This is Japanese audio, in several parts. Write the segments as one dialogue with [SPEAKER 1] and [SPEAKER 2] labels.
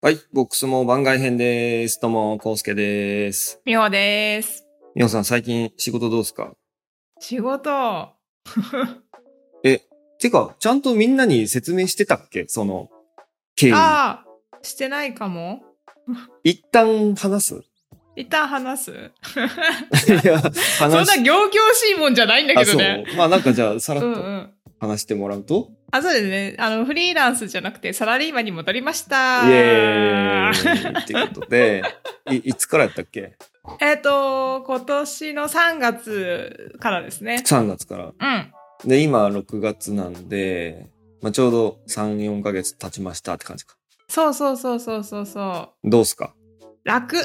[SPEAKER 1] はい、ボックスも番外編です。どうも、コウスケです。
[SPEAKER 2] みほです。
[SPEAKER 1] みほさん、最近仕事どうですか
[SPEAKER 2] 仕事。
[SPEAKER 1] てか、ちゃんとみんなに説明してたっけその、経緯。
[SPEAKER 2] ああ、してないかも。
[SPEAKER 1] 一旦話 す
[SPEAKER 2] 一旦話す。
[SPEAKER 1] いや、
[SPEAKER 2] そんな
[SPEAKER 1] 話し
[SPEAKER 2] 行々しいもんじゃないんだ
[SPEAKER 1] あ、
[SPEAKER 2] け
[SPEAKER 1] そ
[SPEAKER 2] ど
[SPEAKER 1] う
[SPEAKER 2] ね。。
[SPEAKER 1] まあなんかじゃあ、さ
[SPEAKER 2] う
[SPEAKER 1] らっ
[SPEAKER 2] んう
[SPEAKER 1] と
[SPEAKER 2] ん。
[SPEAKER 1] 話してもらうと、
[SPEAKER 2] あ、そうですね。あの、フリーランスじゃなくてサラリーマンに戻りました。
[SPEAKER 1] イエーイっていうことで、いいつからやったっけ
[SPEAKER 2] えっ、と、今年の3月からですね。
[SPEAKER 1] ?3 月から。
[SPEAKER 2] うん。
[SPEAKER 1] で、今6月なんで、まあちょうど3、4ヶ月経ちましたって感じか。
[SPEAKER 2] そうそうそうそうそうそ
[SPEAKER 1] どうすか
[SPEAKER 2] う。楽。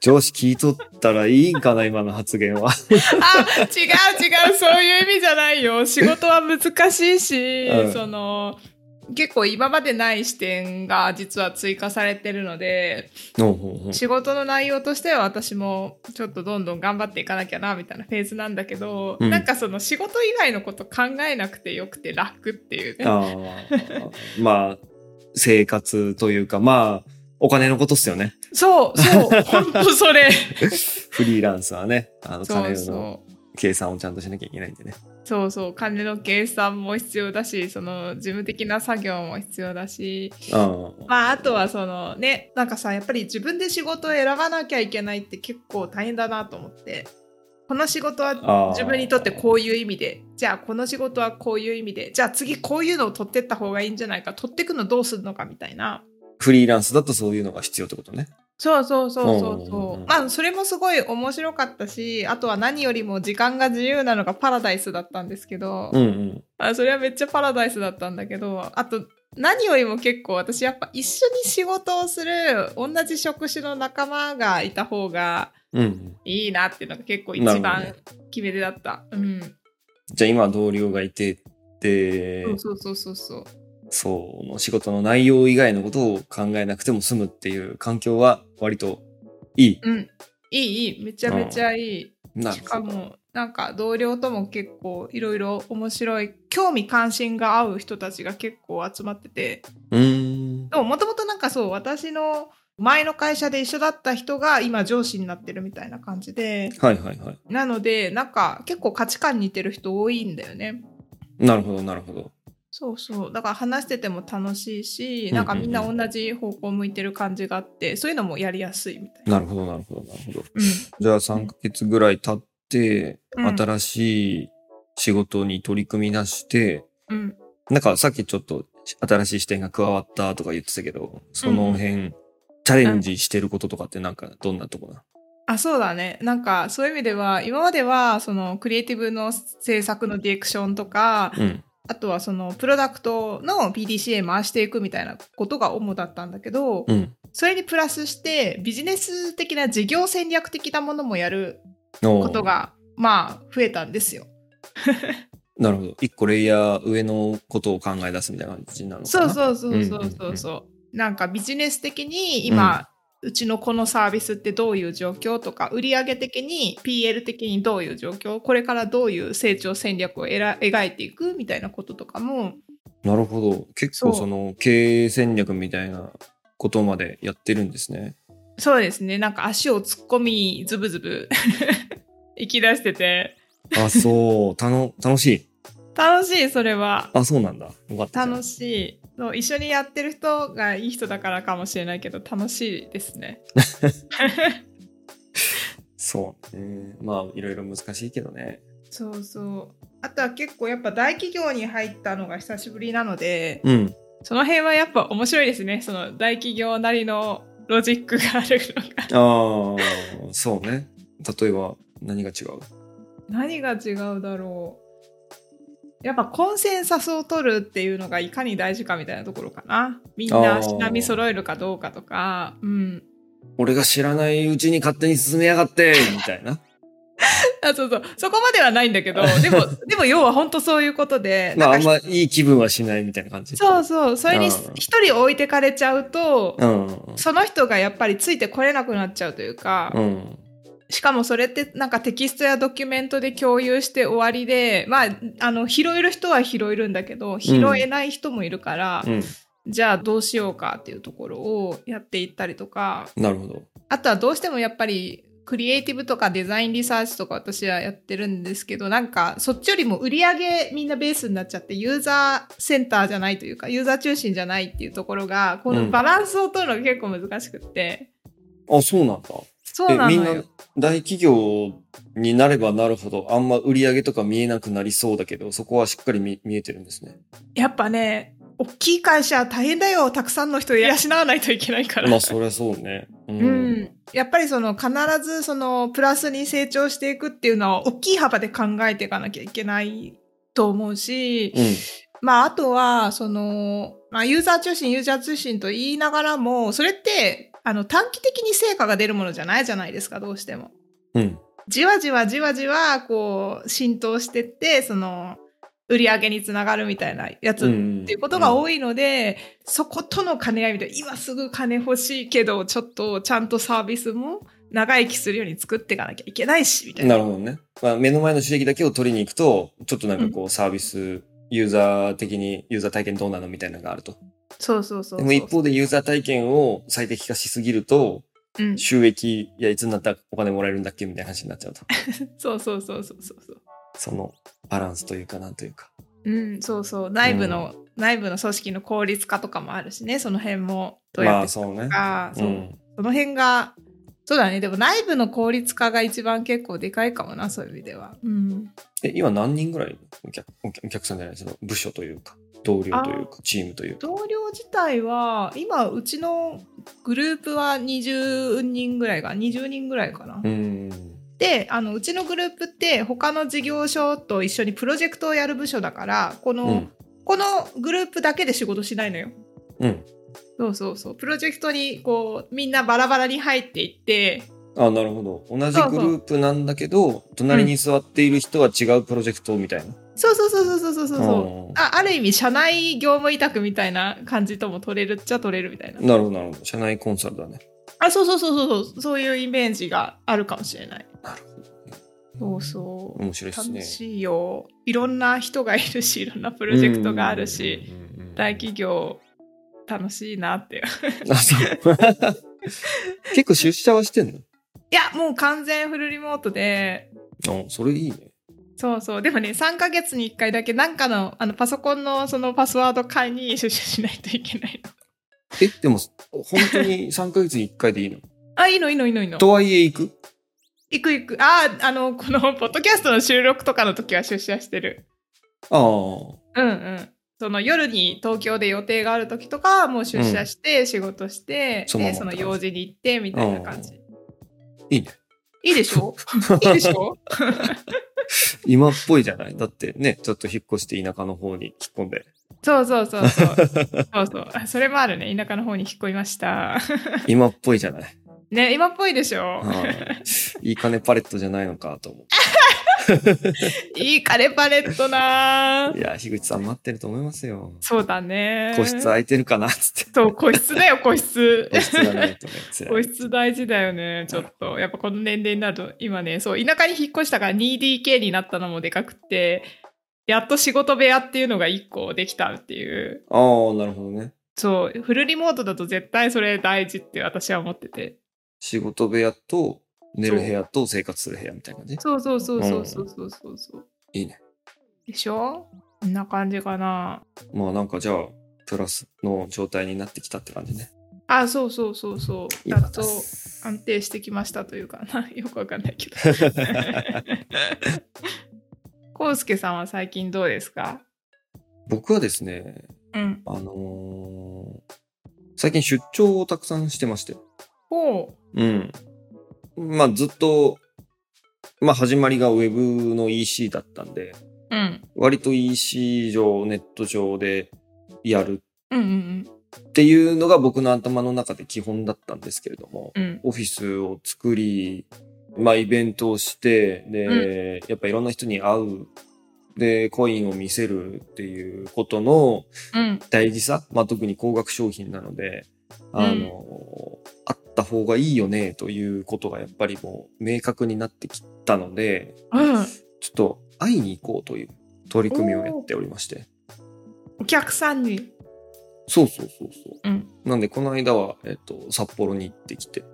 [SPEAKER 1] 上司聞いとったらいいんかな今の発言は。
[SPEAKER 2] あ、違う違う、そういう意味じゃな いよ。仕事は難しいし、
[SPEAKER 1] うん
[SPEAKER 2] その、結構今までない視点が実は追加されてるので、
[SPEAKER 1] ほうほうほう
[SPEAKER 2] 仕事の内容としては私もちょっとどんどん頑張っていかなきゃな、みたいなフェーズなんだけど、
[SPEAKER 1] うん
[SPEAKER 2] なんかその仕事以外のこと考えなくてよくて楽っていうね。
[SPEAKER 1] あー まあ、生活というか、まあ、お金のことっすよね。
[SPEAKER 2] そ う、そう、ほんとそれ。
[SPEAKER 1] フリーランスはね、あの、
[SPEAKER 2] そ
[SPEAKER 1] 金
[SPEAKER 2] う
[SPEAKER 1] の
[SPEAKER 2] そう。
[SPEAKER 1] 計算をちゃんとしなきゃいけないんでね。
[SPEAKER 2] そうそう金の計算も必要だしその事務的な作業も必要だし
[SPEAKER 1] ああ
[SPEAKER 2] まああとはそのねなんかさやっぱり自分で仕事を選ばなきゃいけないって結構大変だなと思ってこの仕事は
[SPEAKER 1] ああ
[SPEAKER 2] 自分にとってこういう意味でじゃあこの仕事はこういう意味でじゃあ次こういうのを取ってった方がいいんじゃないか取ってくのどうするのかみたいな
[SPEAKER 1] フリーランスだとそういうのが必要ってことね。
[SPEAKER 2] そうそうそうそう
[SPEAKER 1] うんうん
[SPEAKER 2] そ
[SPEAKER 1] うん
[SPEAKER 2] うまあそれもすごい面白かったしあとは何よりも時間が自由なのがパラダイスだったんですけど、
[SPEAKER 1] うんうん。
[SPEAKER 2] あそれはめっちゃパラダイスだったんだけどあと何よりも結構私やっぱ一緒に仕事をする同じ職種の仲間がいた方が
[SPEAKER 1] うんうん。
[SPEAKER 2] いいなっていうのが結構一
[SPEAKER 1] なる
[SPEAKER 2] 番
[SPEAKER 1] ほ
[SPEAKER 2] 決め手だった、うん
[SPEAKER 1] じゃあ今同僚がいてって、
[SPEAKER 2] そうそうそうそう
[SPEAKER 1] その仕事の内容以外のことを考えなくても済むっていう環境は割といい。
[SPEAKER 2] うんいいいいめちゃめちゃいい、
[SPEAKER 1] な
[SPEAKER 2] しかもなんか同僚とも結構いろいろ面白い興味関心が合う人たちが結構集まってて
[SPEAKER 1] うーん。
[SPEAKER 2] でももともとなんかそう私の前の会社で一緒だった人が今上司になってるみたいな感じで
[SPEAKER 1] はいはいはい。
[SPEAKER 2] なのでなんか結構価値観似てる人多いんだよね
[SPEAKER 1] なるほどなるほど。
[SPEAKER 2] そうそうだから話してても楽しいし
[SPEAKER 1] うんうんう
[SPEAKER 2] なんんかみんな同じ方向向いてる感じがあってそういうのもやりやすいみたいな。
[SPEAKER 1] なるほどなるほどなるほど。
[SPEAKER 2] うん
[SPEAKER 1] じゃあ3ヶ月ぐらい経って、
[SPEAKER 2] うん
[SPEAKER 1] 新しい仕事に取り組み出して、
[SPEAKER 2] うん、
[SPEAKER 1] なんかさっきちょっと新しい視点が加わったとか言ってたけど、その辺、チャレンジしてることとかってなんかどんなとこだ、
[SPEAKER 2] あそうだねなんかそういう意味では今まではそのクリエイティブの制作のディレクションとか
[SPEAKER 1] うん、
[SPEAKER 2] あとはそのプロダクトの PDCA 回していくみたいなことが主だったんだけど、
[SPEAKER 1] うん。
[SPEAKER 2] それにプラスしてビジネス的な事業戦略的なものもやる
[SPEAKER 1] こ
[SPEAKER 2] こと。がまあ増えたんですよ。
[SPEAKER 1] なるほど。一個レイヤー上のことを考え出すみたいな感じなのか
[SPEAKER 2] そ
[SPEAKER 1] な
[SPEAKER 2] うそうそうそ
[SPEAKER 1] うんうんう
[SPEAKER 2] う
[SPEAKER 1] ん
[SPEAKER 2] そうそう。なんかビジネス的に今、うちのこのサービスってどういう状況とか売上的に PL 的にどういう状況これからどういう成長戦略をえら描いていくみたいなこととかも
[SPEAKER 1] なるほど。結構
[SPEAKER 2] そう
[SPEAKER 1] その経営戦略みたいなことまでやってるんですね。
[SPEAKER 2] そうですねなんか足を突っ込みズブズブ 行き出してて
[SPEAKER 1] あ、そう。たの、楽しい。
[SPEAKER 2] 楽しいそれは。
[SPEAKER 1] あ、そうなんだ。よかった。
[SPEAKER 2] 楽しいそう一緒にやってる人がいい人だからかもしれないけど楽しいですね
[SPEAKER 1] そうね。まあ、いろいろ難しいけどね。
[SPEAKER 2] そうそうあとは結構やっぱ大企業に入ったのが久しぶりなので
[SPEAKER 1] うん。
[SPEAKER 2] その辺はやっぱ面白いですねその大企業なりのロジックがあるのが
[SPEAKER 1] ああ、そうね。例えば、何が違う
[SPEAKER 2] 何が違うだろうやっぱコンセンサスを取るっていうのがいかに大事かみたいなところかなみん
[SPEAKER 1] あー
[SPEAKER 2] なしなみ揃えるかどうかとかうん
[SPEAKER 1] 俺が知らないうちに勝手に進めやがってみたい な。
[SPEAKER 2] あそうそうそこまではないんだ けどでもでも要は本当そういうことで
[SPEAKER 1] まあ、
[SPEAKER 2] な
[SPEAKER 1] あ
[SPEAKER 2] ん
[SPEAKER 1] ん
[SPEAKER 2] か
[SPEAKER 1] まいい気分はしないみたいな感じ。
[SPEAKER 2] そうそうそれ
[SPEAKER 1] う
[SPEAKER 2] に
[SPEAKER 1] ん
[SPEAKER 2] 一人置いてかれちゃうと、
[SPEAKER 1] うん。
[SPEAKER 2] その人がやっぱりついてこれなくなっちゃうというか、
[SPEAKER 1] うん。
[SPEAKER 2] しかもそれってなんかテキストやドキュメントで共有して終わりで、まあ、あの、拾える人は拾えるんだけど、拾えない人もいるから、
[SPEAKER 1] うん。
[SPEAKER 2] じゃあどうしようかっていうところをやっていったりとか、
[SPEAKER 1] なるほど。
[SPEAKER 2] あとはどうしてもやっぱりクリエイティブとかデザインリサーチとか私はやってるんですけどなんかそっちよりも売り上げみんなベースになっちゃってユーザーセンターじゃないというかユーザー中心じゃないっていうところがこ
[SPEAKER 1] う
[SPEAKER 2] の
[SPEAKER 1] ん
[SPEAKER 2] バランスを取るのが結構難しくって、
[SPEAKER 1] あ、そうなんだ。
[SPEAKER 2] そうなの
[SPEAKER 1] えみ
[SPEAKER 2] よ
[SPEAKER 1] んな大企業になればなるほど、あんま売り上げとか見えなくなりそうだけど、そこはしっかり見見えてるんですね。
[SPEAKER 2] やっぱね大きい会社は大変だよたくさんの人を養わないといけないから。
[SPEAKER 1] まあ、そりゃそうね。うん。
[SPEAKER 2] うん、やっぱりその必ずそのプラスに成長していくっていうのは大きい幅で考えていかなきゃいけないと思うし、
[SPEAKER 1] うん。
[SPEAKER 2] まあ、あとは、その、まあ、ユーザー中心、ユーザー中心と言いながらも、それって、あの、短期的に成果が出るものじゃないじゃないですか、どうしても。
[SPEAKER 1] うん。
[SPEAKER 2] じわじわじわじわ、こう、浸透してって、その、売り上げにつながるみたいなやつ
[SPEAKER 1] ん
[SPEAKER 2] っていうことが多いので、そことの兼ね合いみたいな、今すぐ金欲しいけど、ちょっとちゃんとサービスも長生きするように作っていかなきゃいけないし、みたいな。
[SPEAKER 1] なるほどね。まあ、目の前の収益だけを取りに行くと、ちょっとなんかこうサービス、ユーザー的にユーザー体験どうなのみたいなのがあると。
[SPEAKER 2] そうそうそうそう。
[SPEAKER 1] でも一方でユーザー体験を最適化しすぎると、
[SPEAKER 2] うん、
[SPEAKER 1] 収益、いや、いつになったらお金もらえるんだっけみたいな話になっちゃう と。
[SPEAKER 2] そうそうそうそうそうそう。
[SPEAKER 1] そのバランスというかなんというか。
[SPEAKER 2] うん、そうそう内部の、内部の組織の効率化とかもあるしねその辺もどう
[SPEAKER 1] ま
[SPEAKER 2] や
[SPEAKER 1] あ、
[SPEAKER 2] って
[SPEAKER 1] そうね
[SPEAKER 2] と。か、
[SPEAKER 1] う。
[SPEAKER 2] そうんその辺がそうだねでも内部の効率化が一番結構でかいかもなそういう意味では、うん、
[SPEAKER 1] え、今何人ぐらいお客お客お客さんじゃない、その部署というか、同僚というか、チームというか。
[SPEAKER 2] 同僚自体は今うちのグループは20人ぐらいが20人ぐらいかな、
[SPEAKER 1] うん。
[SPEAKER 2] であのうちのグループって他の事業所と一緒にプロジェクトをやる部署だからこの、
[SPEAKER 1] うん。
[SPEAKER 2] このグループだけで仕事しないのよ
[SPEAKER 1] うん。
[SPEAKER 2] そうそうそう。プロジェクトにこうみんなバラバラに入っていって、
[SPEAKER 1] あ、なるほど。同じグループなんだけど、隣に座っている人は違うプロジェクトみたいな。
[SPEAKER 2] そうそうそうそうそうそうそう。
[SPEAKER 1] うん
[SPEAKER 2] あある意味社内業務委託みたいな感じとも取れるっちゃ取れるみたいな。
[SPEAKER 1] なるほど、なるほど。社内コンサルだね。
[SPEAKER 2] あ、そうそうそうそうそうそういうイメージがあるかもしれない。
[SPEAKER 1] なる
[SPEAKER 2] ほど。そうそう。
[SPEAKER 1] 面白いですね。
[SPEAKER 2] 楽しいよ。いろんな人がいるし、いろんなプロジェクトがあるし、
[SPEAKER 1] うんうんうんうん、
[SPEAKER 2] 大企業楽しいなって。
[SPEAKER 1] あそう 結構出社はしてん
[SPEAKER 2] いや、もう完全フルリモートで、
[SPEAKER 1] のあ、それいいね。
[SPEAKER 2] そうそう。でもね、3ヶ月に1回だけ、なんかの、あの、パソコンのそのパスワード会に出社しないといけないの。
[SPEAKER 1] え、でも、本当に3ヶ月に1回でいいの
[SPEAKER 2] あ、いいの、いいの、いいの、いいの。
[SPEAKER 1] とはいえ行く
[SPEAKER 2] 行く行く。あー、あの、この、ポッドキャストの収録とかの時は出社してる。
[SPEAKER 1] ああ。
[SPEAKER 2] うんうん。その夜に東京で予定がある時とかはもう出社して仕事して、
[SPEAKER 1] そのま
[SPEAKER 2] で
[SPEAKER 1] ま
[SPEAKER 2] その用事に行ってみたいな感じ
[SPEAKER 1] いいね。
[SPEAKER 2] いいでしょいいでしょ
[SPEAKER 1] 今っぽいじゃないだってね、ちょっと引っ越して田舎の方に引っ込んで。
[SPEAKER 2] そうそうそうそう そうそうあそれもあるね田舎の方に引っ込みました
[SPEAKER 1] 今っぽいじゃない、
[SPEAKER 2] ね今っぽいでしょ
[SPEAKER 1] はいいい金パレットじゃないのかと思
[SPEAKER 2] いいカレーパレットな
[SPEAKER 1] う。いや、樋口さん待ってると思いますよ。
[SPEAKER 2] そうだね。
[SPEAKER 1] 個室空いてるかなつ って。
[SPEAKER 2] そう、個室だよ、個室。
[SPEAKER 1] 個室がないとね、辛
[SPEAKER 2] 個
[SPEAKER 1] い。
[SPEAKER 2] 室大事だよね、ちょっと。やっぱこの年齢になると、今ね、そう、田舎に引っ越したから 2DK になったのもでかくて、やっと仕事部屋っていうのが1個できたっていう。
[SPEAKER 1] ああ、なるほどね。
[SPEAKER 2] そう、フルリモートだと絶対それ大事って私は思ってて。
[SPEAKER 1] 仕事部屋と寝る部屋と生活する部屋みたいな感じ。
[SPEAKER 2] そうそうそうそうそうそうそうそう。
[SPEAKER 1] いいね。
[SPEAKER 2] でしょこんな感じかな。
[SPEAKER 1] まあなんかじゃあ、プラスの状態になってきたって感じね。
[SPEAKER 2] あ、そうそうそうそう。
[SPEAKER 1] いい
[SPEAKER 2] やっ
[SPEAKER 1] 話
[SPEAKER 2] と安定してきましたというかな。 よくわかんない けど。コウスケさんは最近どうですか
[SPEAKER 1] 僕はですね、
[SPEAKER 2] うん。
[SPEAKER 1] あのー最近出張をたくさんしてまして。
[SPEAKER 2] ほ
[SPEAKER 1] うん。まあずっと、まあ始まりが Web の EC だったんで、
[SPEAKER 2] う。うん。
[SPEAKER 1] 割と EC 上、ネット上でやる
[SPEAKER 2] うんうん
[SPEAKER 1] っていうのが僕の頭の中で基本だったんですけれども、
[SPEAKER 2] うん。うん。
[SPEAKER 1] オフィスを作り、まあイベントをして、で、やっぱいろんな人に会う、で、コインを見せるっていうことの
[SPEAKER 2] うん。
[SPEAKER 1] 大事さ、まあ特に高額商品なので、あの、圧った方がいいよねということがやっぱりもう明確になってきたので、
[SPEAKER 2] うん。
[SPEAKER 1] ちょっと会いに行こうという取り組みをやっておりまして。
[SPEAKER 2] お客さんに。
[SPEAKER 1] そうそうそうそう。
[SPEAKER 2] うん
[SPEAKER 1] なんで、この間は、えっと、札幌に行ってきて、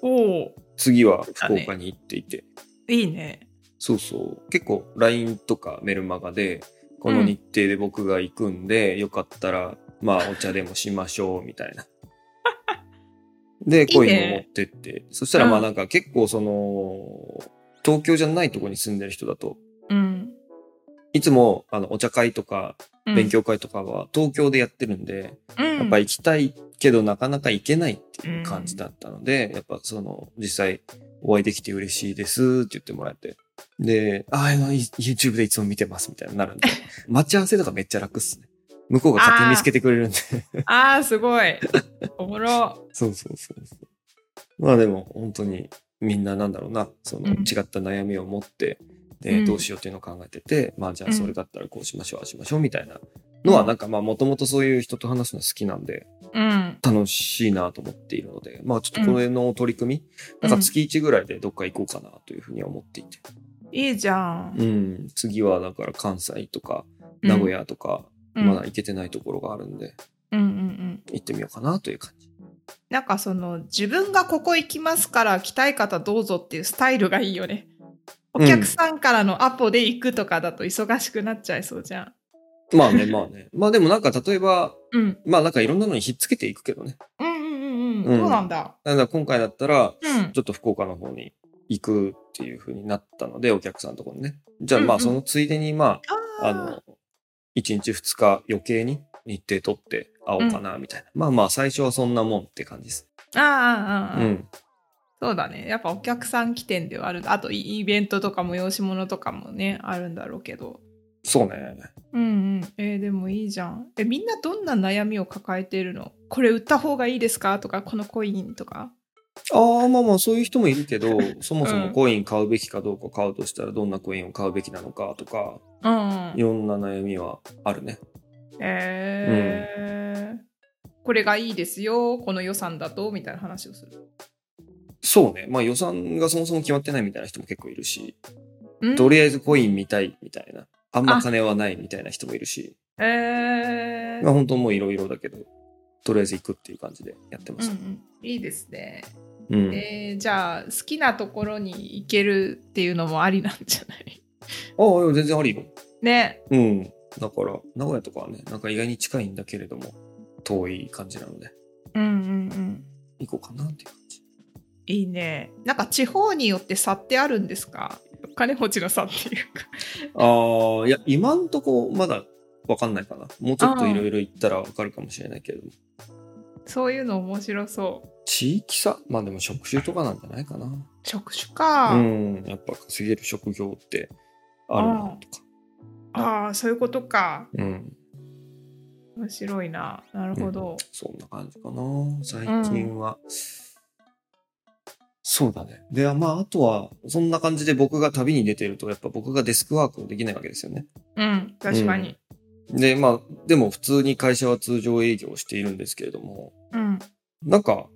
[SPEAKER 2] おお。
[SPEAKER 1] 次は福岡に行っていて、
[SPEAKER 2] いいね。
[SPEAKER 1] そうそう。結構 LINE とかメルマガで、この日程で僕が行くんで、よかったら、まあお茶でもしましょう、みたい な。で、
[SPEAKER 2] いい
[SPEAKER 1] コインを
[SPEAKER 2] ね
[SPEAKER 1] 持ってって。そしたらまあ
[SPEAKER 2] うん
[SPEAKER 1] なんか結構その、東京じゃないとこに住んでる人だと、
[SPEAKER 2] うん。
[SPEAKER 1] いつもあのお茶会とか
[SPEAKER 2] うん
[SPEAKER 1] 勉。強会とかは東京でやってるんで、
[SPEAKER 2] うん。
[SPEAKER 1] やっぱ行きたいけどなかなか行けないっていう感じだったので、やっぱその実際お会いできて嬉しいですって言ってもらえて。で、ああの、い YouTube でいつも見てますみたいになるん で、待ち合わせとかめっちゃ楽っすね。向こうが勝手に見つけてくれ るんで。
[SPEAKER 2] ああ、すごい。おもろ。
[SPEAKER 1] そうそうそうそう。まあでも本当にみんななんだろうな、その
[SPEAKER 2] うん
[SPEAKER 1] 違った悩みを持って、で
[SPEAKER 2] うん
[SPEAKER 1] どうしようっていうのを考えてて、まあじゃ
[SPEAKER 2] う
[SPEAKER 1] あ
[SPEAKER 2] ん
[SPEAKER 1] それだったらこうしましょう、ああしましょうみたいなのはなんかまあもともとそういう人と話すの好きなんで、
[SPEAKER 2] うん。
[SPEAKER 1] 楽しいなと思っているので、まあちょっとこれの取り組み、なんか月1ぐらいでどっか行こうかなというふうには思っていて。
[SPEAKER 2] いいじゃん。
[SPEAKER 1] うん、次はだから関西とか名古屋とか、
[SPEAKER 2] うん。
[SPEAKER 1] まだ行けてないところがあるんで、
[SPEAKER 2] うんうんうん。
[SPEAKER 1] 行ってみようかなという感じ。
[SPEAKER 2] なんかその自分がここ行きますから来たい方どうぞっていうスタイルがいいよね。お客さんからのアポで行くとかだと忙しくなっちゃいそうじゃん。
[SPEAKER 1] まあね、まあね。まあでもなんか例えば、
[SPEAKER 2] うん。
[SPEAKER 1] まあなんかいろんなのにひっつけていくけどね。
[SPEAKER 2] うんうんう
[SPEAKER 1] う
[SPEAKER 2] んうんん。そうなんだ。
[SPEAKER 1] なんだ今回だったら、
[SPEAKER 2] うん
[SPEAKER 1] ち。ょっと福岡の方に行くっていうふうになったので、お客さんのところにね。じゃあまあ
[SPEAKER 2] うんうん
[SPEAKER 1] そのついでに、まあ、
[SPEAKER 2] あー
[SPEAKER 1] あの、1日2日余計に日程取って会おうかな、みたいな。まあまあ、最初はそんなもんって感じです。
[SPEAKER 2] ああああ
[SPEAKER 1] う
[SPEAKER 2] ああ、
[SPEAKER 1] ん。
[SPEAKER 2] そうだね。やっぱお客さん起点ではある。あとイイベントとか催し物とかもね、あるんだろうけど。
[SPEAKER 1] そうね。
[SPEAKER 2] うんうん。えーでもいいじゃん。え、みんなどんな悩みを抱えてるのこれ売った方がいいですかとか、このコインとか。
[SPEAKER 1] ああ、まあまあ、そういう人もいるけど、そ もそうも
[SPEAKER 2] ん
[SPEAKER 1] コイン買うべきかどうか買うとしたら、どんなコインを買うべきなのかとか、
[SPEAKER 2] うん、うん
[SPEAKER 1] い。ろんな悩みはあるね。
[SPEAKER 2] えーこれがいいですよ、この予算だとみたいな話をする。
[SPEAKER 1] そうね。まあ予算がそもそも決まってないみたいな人も結構いるし、
[SPEAKER 2] うん
[SPEAKER 1] とりあえずコイン見たいみたいな。あんま金はないみたいな人もいるし、
[SPEAKER 2] えー
[SPEAKER 1] まあ本当もういろいろだけど、とりあえず行くっていう感じでやってま
[SPEAKER 2] うんう
[SPEAKER 1] す。
[SPEAKER 2] ん、いいですね、
[SPEAKER 1] うん。
[SPEAKER 2] えーじゃあ好きなところに行けるっていうのもありなんじゃない
[SPEAKER 1] ああ、いや全然ありよ。
[SPEAKER 2] ね
[SPEAKER 1] うん。だから、名古屋とかはね、なんか意外に近いんだけれども、遠い感じなので、
[SPEAKER 2] うんうんうん
[SPEAKER 1] 行こうかなっていう感じ。
[SPEAKER 2] いいねなんか地方によって差ってあるんですかお金持ちの差っていうか
[SPEAKER 1] ああ、いや、今んとこまだわかんないかな。もうちょっといろいろ行ったらわかるかもしれないけれども。
[SPEAKER 2] そういうの面白そう
[SPEAKER 1] 地域差まあでも職種とかなんじゃないかな。
[SPEAKER 2] 職種か、
[SPEAKER 1] うん。やっぱ稼げる職業ってあるなとか。
[SPEAKER 2] ああそういうことか
[SPEAKER 1] うん。
[SPEAKER 2] 面白いななるほど、
[SPEAKER 1] そんな感じかな。最近は。そうだね。で、まあ、あとは、そんな感じで僕が旅に出てると、やっぱ僕がデスクワークをできないわけですよね。
[SPEAKER 2] うん、確かに
[SPEAKER 1] で、まあ、でも普通に会社は通常営業をしているんですけれども、
[SPEAKER 2] うん
[SPEAKER 1] なんか、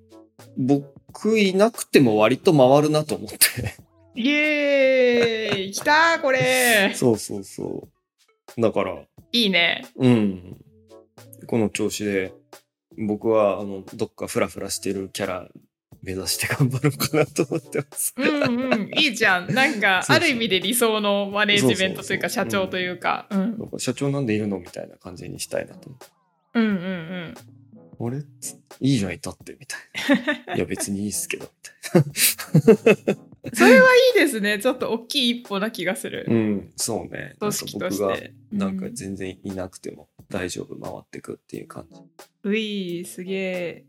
[SPEAKER 1] 僕いなくても割と回るなと思って。
[SPEAKER 2] イエーイ来たこ れ
[SPEAKER 1] そうそうそう。だから、
[SPEAKER 2] いいね。
[SPEAKER 1] うん。この調子で、僕は、あの、どっかフラフラしてるキャラ目指して頑張ろうかなと思ってます。
[SPEAKER 2] うんうん、いいじゃん。なんか、
[SPEAKER 1] そうそう
[SPEAKER 2] ある意味で理想のマネージメントというか、
[SPEAKER 1] そう
[SPEAKER 2] 社
[SPEAKER 1] そうそう
[SPEAKER 2] 長というか。うん
[SPEAKER 1] なんか社長なんでいるのみたいな感じにしたいなと思って。
[SPEAKER 2] うんうんうん。
[SPEAKER 1] あれいいじゃん、いたって、みたい な。いや、別にいいっすけど、みたい
[SPEAKER 2] それはいいですね。ちょっと大きい一歩な気がする。
[SPEAKER 1] な。うん、そうね。
[SPEAKER 2] 組織とし
[SPEAKER 1] なんか僕が
[SPEAKER 2] て。
[SPEAKER 1] なんか
[SPEAKER 2] う
[SPEAKER 1] 全然いなくても大丈夫回ってくっていう感じ。
[SPEAKER 2] うい、すげえ。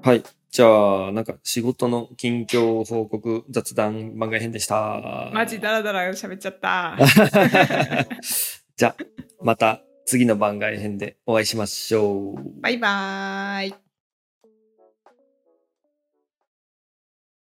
[SPEAKER 1] はい。じゃあ、なんか仕事の近況報告雑談番外編でした。
[SPEAKER 2] マジダラダラ喋っちゃった。
[SPEAKER 1] じゃあ、また次の番外編でお会いしましょう。
[SPEAKER 2] バイバーイ。